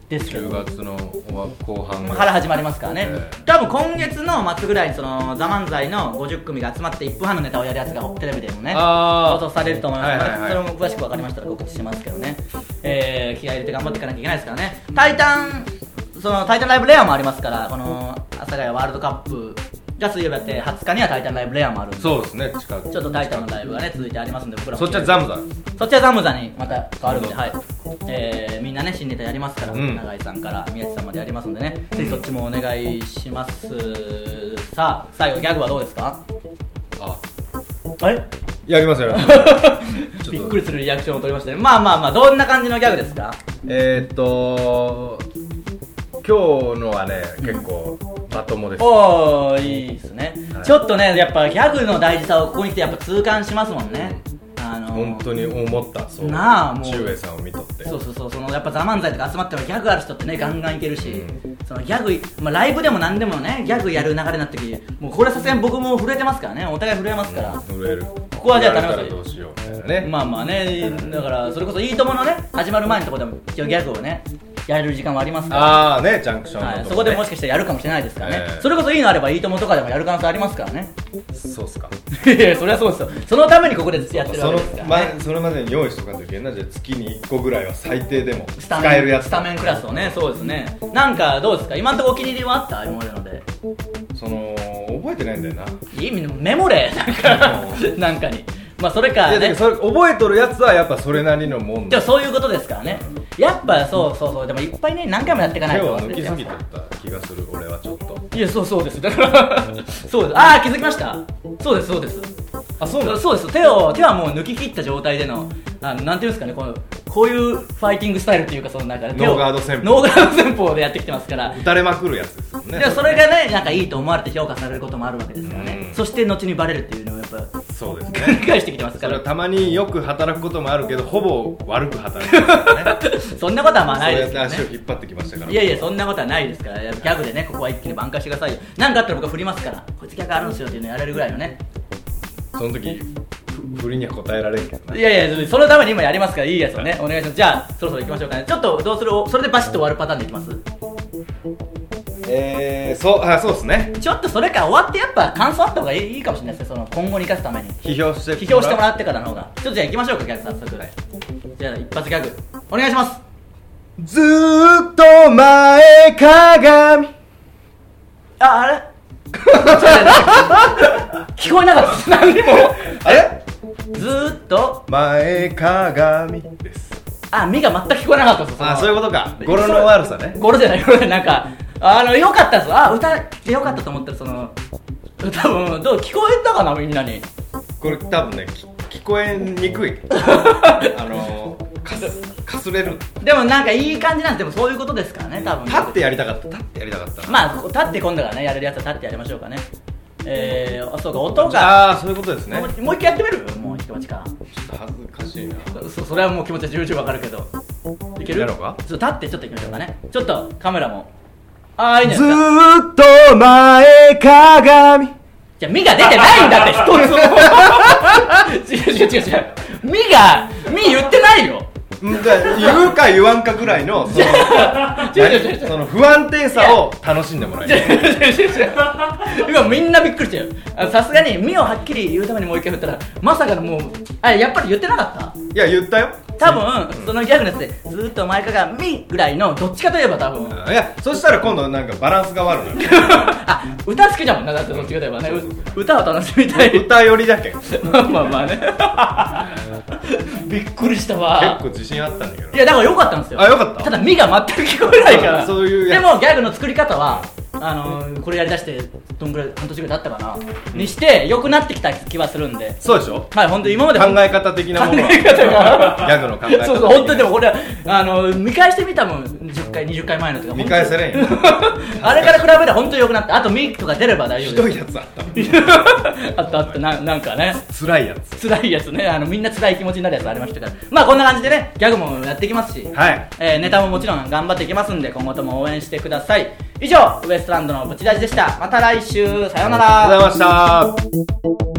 Speaker 1: ですけ
Speaker 2: 10
Speaker 1: ど、
Speaker 2: 月の終わ後半
Speaker 1: から始まりますからね、
Speaker 2: ええ
Speaker 1: 多分今月の末ぐらいにその「ザ漫才の50組が集まって1分半のネタをやるやつがテレビでもね、
Speaker 2: あー
Speaker 1: 放送されると思いますから、
Speaker 2: はいはい
Speaker 1: それ
Speaker 2: はい
Speaker 1: も詳しく分かりましたら告知しますけどね、えー気合い入れて頑張っていかなきゃいけないですからね、タイタン、そのタイタンライブレアもありますから、この阿佐ヶ谷ワールドカップが水曜日やって、20日にはタイタンライブレアもあるんで。
Speaker 2: そうですね近く
Speaker 1: ちょっとタイタンのライブがね続いてありますんで僕らも
Speaker 2: そっちはザムザ
Speaker 1: そっちはザムザにまた変わるんで、はいえー、みんなね新ネタやりますから、
Speaker 2: うん
Speaker 1: 永井さんから宮地さんまでやりますんでねぜひそっちもお願いしますさあ最後ギャグはどうですか
Speaker 2: あ
Speaker 1: あれ
Speaker 2: やりま すよ
Speaker 1: びっくりするリアクションを取りましたねまあまあまあどんな感じのギャグですか
Speaker 2: えーっと今日のはね結構まともです
Speaker 1: おおいいですね、
Speaker 2: はい
Speaker 1: ちょっとねやっぱギャグの大事さをここに来てやっぱ痛感しますもんね、あのー
Speaker 2: 本当に思ったそう
Speaker 1: なあもう
Speaker 2: 中衛さんを見とって
Speaker 1: そうそうそうそのやっぱ「ザ漫才とか集まってもギャグある人ってねガンガンいけるし、そのギャグ、まあ、ライブでも何でもねギャグやる流れになった時もうこれはさすがに僕も震えてますからねお互い震えますから、
Speaker 2: うん震えるこ
Speaker 1: こはじゃあ頼みますよ
Speaker 2: どうしようみたいなね、
Speaker 1: まあまあねだからそれこそ「いいとも!」のね始まる前のところでも一応ギャグをねやれる時間はありますか
Speaker 2: ああねジャンクショ
Speaker 1: ら、
Speaker 2: ン
Speaker 1: はい、
Speaker 2: のとこね
Speaker 1: そこでもしかしたらやるかもしれないですからね、
Speaker 2: ええ
Speaker 1: それこそいいのあれば「いいとも!」とかでもやる可能性ありますから ね
Speaker 2: そうっすか
Speaker 1: いやいやそれはそうですよそのためにここでやってる
Speaker 2: そ
Speaker 1: わけ
Speaker 2: の
Speaker 1: ですから、ね
Speaker 2: 前それまでに用意しとかんといけんなじゃあ月に1個ぐらいは最低でも
Speaker 1: スタ
Speaker 2: 使える
Speaker 1: メ
Speaker 2: や
Speaker 1: ン
Speaker 2: つ
Speaker 1: スタメンクラスをねそうですねなんかどうですか今のところお気に入りはあった今までので
Speaker 2: その覚えてないんだよない
Speaker 1: いみんなメモれ なんかなんかにまあそれか
Speaker 2: いやだけ
Speaker 1: ね
Speaker 2: どそれ覚えとるやつはやっぱそれなりのもん
Speaker 1: で
Speaker 2: だ
Speaker 1: もそういうことですからねやっぱそうそうそうでもいっぱいね何回もやっていか
Speaker 2: 手
Speaker 1: ないと
Speaker 2: を
Speaker 1: 忘
Speaker 2: 抜
Speaker 1: れ
Speaker 2: き
Speaker 1: ちゃ
Speaker 2: す
Speaker 1: う
Speaker 2: ぎてった気がする俺はちょっと
Speaker 1: いやそうそうですだから そうですああ気づきましたそうですそうです
Speaker 2: あそうなの
Speaker 1: そうです手を手はもう抜き切った状態でのあのなんていうんですかねこのこういうファイティングスタイルっていうかそのなんかね手を
Speaker 2: ノーガード戦法
Speaker 1: ノーガード戦法でやってきてますから
Speaker 2: 打たれまくるやつですもんね
Speaker 1: でもそれがねなんかいいと思われて評価されることもあるわけですからね
Speaker 2: うん
Speaker 1: そして後にバレるっていうのをやっぱ
Speaker 2: そうです
Speaker 1: 繰
Speaker 2: ね
Speaker 1: り返してきてます
Speaker 2: そ
Speaker 1: か
Speaker 2: れ
Speaker 1: ら
Speaker 2: はたまによく働くこともあるけどほぼ悪く働くからね
Speaker 1: そんなことはまあ
Speaker 2: そう
Speaker 1: ないで
Speaker 2: や
Speaker 1: す
Speaker 2: って
Speaker 1: けど
Speaker 2: 足を
Speaker 1: ね
Speaker 2: 引っ張ってきましたから
Speaker 1: いやいやそんなことはないですからいやギャグでねここは一気に挽回してくださいよ何かあったら僕は振りますからこいつギャグあるんですよっていうのやれるぐらいのね
Speaker 2: その時ふ振りには答えられんけどない
Speaker 1: やいやそのために今やりますからいいやつをねお願いしますじゃあそろそろ行きましょうかねちょっとどうするそれでバシッと終わるパターンでいきます
Speaker 2: えー、そうあそうですね
Speaker 1: ちょっとそれから終わってやっぱ感想あった方がいいいいかもしれないですねその今後に生かすために
Speaker 2: 批評して
Speaker 1: 批評してもらってからの方がちょっとじゃあ行きましょうかギャグ早速、じゃあ一発ギャグお願いします
Speaker 2: ずーっと前かがみ
Speaker 1: ああれ 聞こえなかった何にも
Speaker 2: あれ
Speaker 1: ずーっと
Speaker 2: 前かがみです
Speaker 1: あ、みが全く聞こえなかったです
Speaker 2: あそういうことか
Speaker 1: そ
Speaker 2: 語呂の悪さね
Speaker 1: ゴロじゃない、ゴロじゃない、なんか、あの、よかったです。あ、歌でよかったと思ったら、その、多分どう聞こえたかな、みんなに。
Speaker 2: これ多分ねき聞こえにくいあのーかすかすれる
Speaker 1: でもなんかいい感じなんですでもそういうことですからね多分
Speaker 2: 立ってやりたかった立ってやりたかった
Speaker 1: まあ立って今度からねやれるやつは立ってやりましょうかねえー、あそうか音が
Speaker 2: ああーそういうことですね
Speaker 1: もうもう一回やってみるもう一待ちか
Speaker 2: ちょっと恥ずかしいな
Speaker 1: そそれはもう気持ち十分わかるけどいける
Speaker 2: やろうか
Speaker 1: ちょっと立ってちょっといきましょうかねちょっとカメラもああいいんじゃ
Speaker 2: ず
Speaker 1: ないですか
Speaker 2: ーっと前鏡
Speaker 1: じゃあ「み」が出てないんだって一 つも違う違う違う違う「み」が「み」言ってないよ
Speaker 2: んだ言うか言わんかぐらいのその
Speaker 1: 違う違う違う違う
Speaker 2: その不安定さを楽しんでもらい
Speaker 1: 違う
Speaker 2: たい
Speaker 1: 違う違う違う 今みんなびっくりしてるあさすがに「み」をはっきり言うためにもう一回振ったらまさかのもうあやっぱり言ってなかった
Speaker 2: いや言ったよ
Speaker 1: 多分そのギャグのやつでずーっと前かが「み」ぐらいのどっちかといえば多分
Speaker 2: いやそしたら今度なんかバランスが悪くな
Speaker 1: あ歌好きだもんなだってどっちかといえばねう歌を楽しみた
Speaker 2: る
Speaker 1: い
Speaker 2: 歌よりだけん結
Speaker 1: まあまあまあね びっくりしたわ
Speaker 2: 構自信あったんだけど
Speaker 1: いやだから良かったんですよ
Speaker 2: あ良かった
Speaker 1: だ「み」が全く聞こえないから
Speaker 2: あそういうや
Speaker 1: で
Speaker 2: つ
Speaker 1: もギャグの作り方はあのーこれやりだしてどんぐらい半年ぐらい経ったかなにして良くなってきた気はするんで
Speaker 2: そうでしょ
Speaker 1: はい本当に今まで
Speaker 2: 考え方的なもの
Speaker 1: 考え方が
Speaker 2: ギャグの考え方
Speaker 1: そうそう本当にでもこれあのー見返してみたもん10回20回前のとか
Speaker 2: 見返せれんよ
Speaker 1: あれから比べたら本当に良くなったあと「み」とか出れば大丈夫
Speaker 2: ひ
Speaker 1: です
Speaker 2: どいやつあったもん
Speaker 1: あったあったななんかね
Speaker 2: 辛いやつ
Speaker 1: 辛いやつねあのみんな辛い気持ちになるやつありましたからまあこんな感じでねギャグもやっていきますし、
Speaker 2: はい
Speaker 1: えーネタももちろん頑張っていきますんで今後とも応援してください以上ウエストランドのブチラジでしたまた来週さようなら
Speaker 2: ありがとうございました